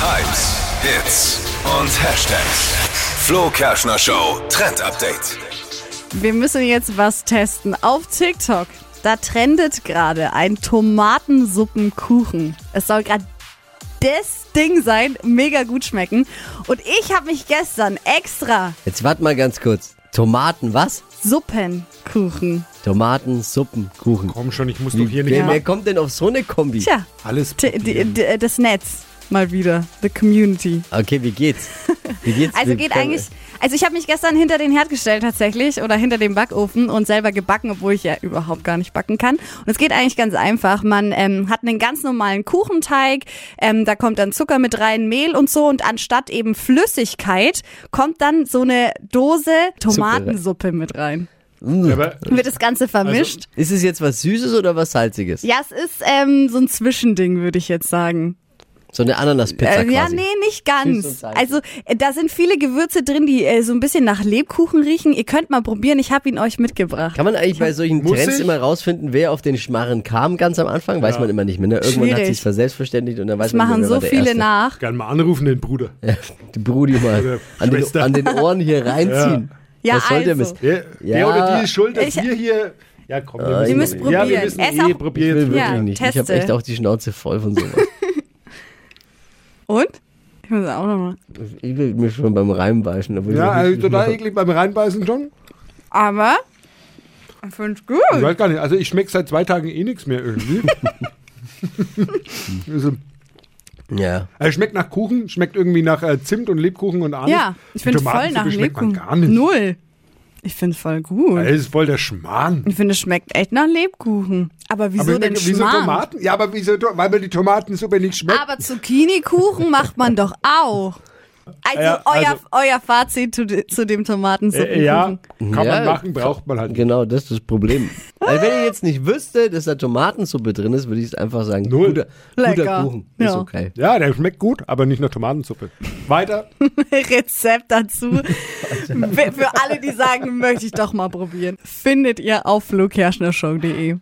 Hypes, Hits und Hashtags. Flo Kerschner Show Trend Update. Wir müssen jetzt was testen auf TikTok. Da trendet gerade ein Tomatensuppenkuchen. Es soll gerade das Ding sein, mega gut schmecken. Und ich habe mich gestern extra Jetzt warte mal ganz kurz. Tomaten, was? Suppenkuchen. Tomaten, Suppen, Kuchen. Komm schon, ich muss doch hier nicht Wer, wer mal. kommt denn auf so eine Kombi? Tja, Alles t- d- d- das Netz mal wieder, the community. Okay, wie geht's? Wie geht's? Also Wir geht können- eigentlich, also ich habe mich gestern hinter den Herd gestellt tatsächlich oder hinter den Backofen und selber gebacken, obwohl ich ja überhaupt gar nicht backen kann. Und es geht eigentlich ganz einfach. Man ähm, hat einen ganz normalen Kuchenteig, ähm, da kommt dann Zucker mit rein, Mehl und so und anstatt eben Flüssigkeit kommt dann so eine Dose Tomatensuppe mit rein. Mm. Aber Wird das Ganze vermischt? Ist es jetzt was Süßes oder was Salziges? ja, es ist ähm, so ein Zwischending, würde ich jetzt sagen. So eine Ananaspizza Äh, ja, quasi. nee, nicht Süß und ganz. salzig. Also äh, da sind viele Gewürze drin, die äh, so ein bisschen nach Lebkuchen riechen. Ihr könnt mal probieren, ich habe ihn euch mitgebracht. Kann man eigentlich bei solchen Muss Trends ich? immer rausfinden, wer auf den Schmarren kam ganz am Anfang? Weiß man immer nicht mehr. Ne? Irgendwann hat Schwierig. sich's verselbstverständigt und dann weiß Das man machen nicht mehr, so wer viele der nach. gerne mal anrufen, den Bruder. Erste. Die Brudi mal Oder an den, Schwester. an den Ohren hier reinziehen. Ja, Was soll der also. Mist? Der, Ja. der oder die ist schuld, dass Ich- wir hier. Ja, komm, wir Ihr müsst Ja, wir probieren. müssen Ess eh auch- Ich will probieren. wirklich Ja, nicht. Ich habe teste. echt auch die Schnauze voll von sowas. Und? Ich muss auch nochmal. ich will mich schon beim Reinbeißen. obwohl Ja, ich also nicht- total eklig beim Reinbeißen schon. Aber ich finde es gut. Ich weiß gar nicht. Also ich schmecke seit zwei Tagen eh nichts mehr irgendwie. also, Ja. also schmeckt nach Kuchen, schmeckt irgendwie nach äh, Zimt und Lebkuchen und Anis. Ja, ich Die finde voll Tomatensuppe nach schmeckt man Lebkuchen. gar nicht. Null. Ich finde voll gut. Das ist voll der Schmarrn. Ich finde, es schmeckt echt nach Lebkuchen. Aber wieso aber denn wieso Schmarrn? Ah, Tomaten? Ne? Ja, aber wieso? Weil mir die Tomatensuppe nicht schmeckt. Aber Zucchini-Kuchen macht man doch auch. Also, Ja, also- euer, euer Fazit zu, de- zu dem Tomatensuppenkuchen. Äh, ja, kann Ja. man machen, braucht man halt. nicht. Genau, das ist das Problem. Also wenn ich jetzt nicht wüsste, dass da Tomatensuppe drin ist, würde ich es einfach sagen, Null. guter, guter Lecker. Kuchen. Ist Ja. okay. Ja, der schmeckt gut, aber nicht nach Tomatensuppe. Weiter. Rezept dazu. Für für alle, die sagen, möchte ich doch mal probieren. Findet ihr auf flokerschnershow.de.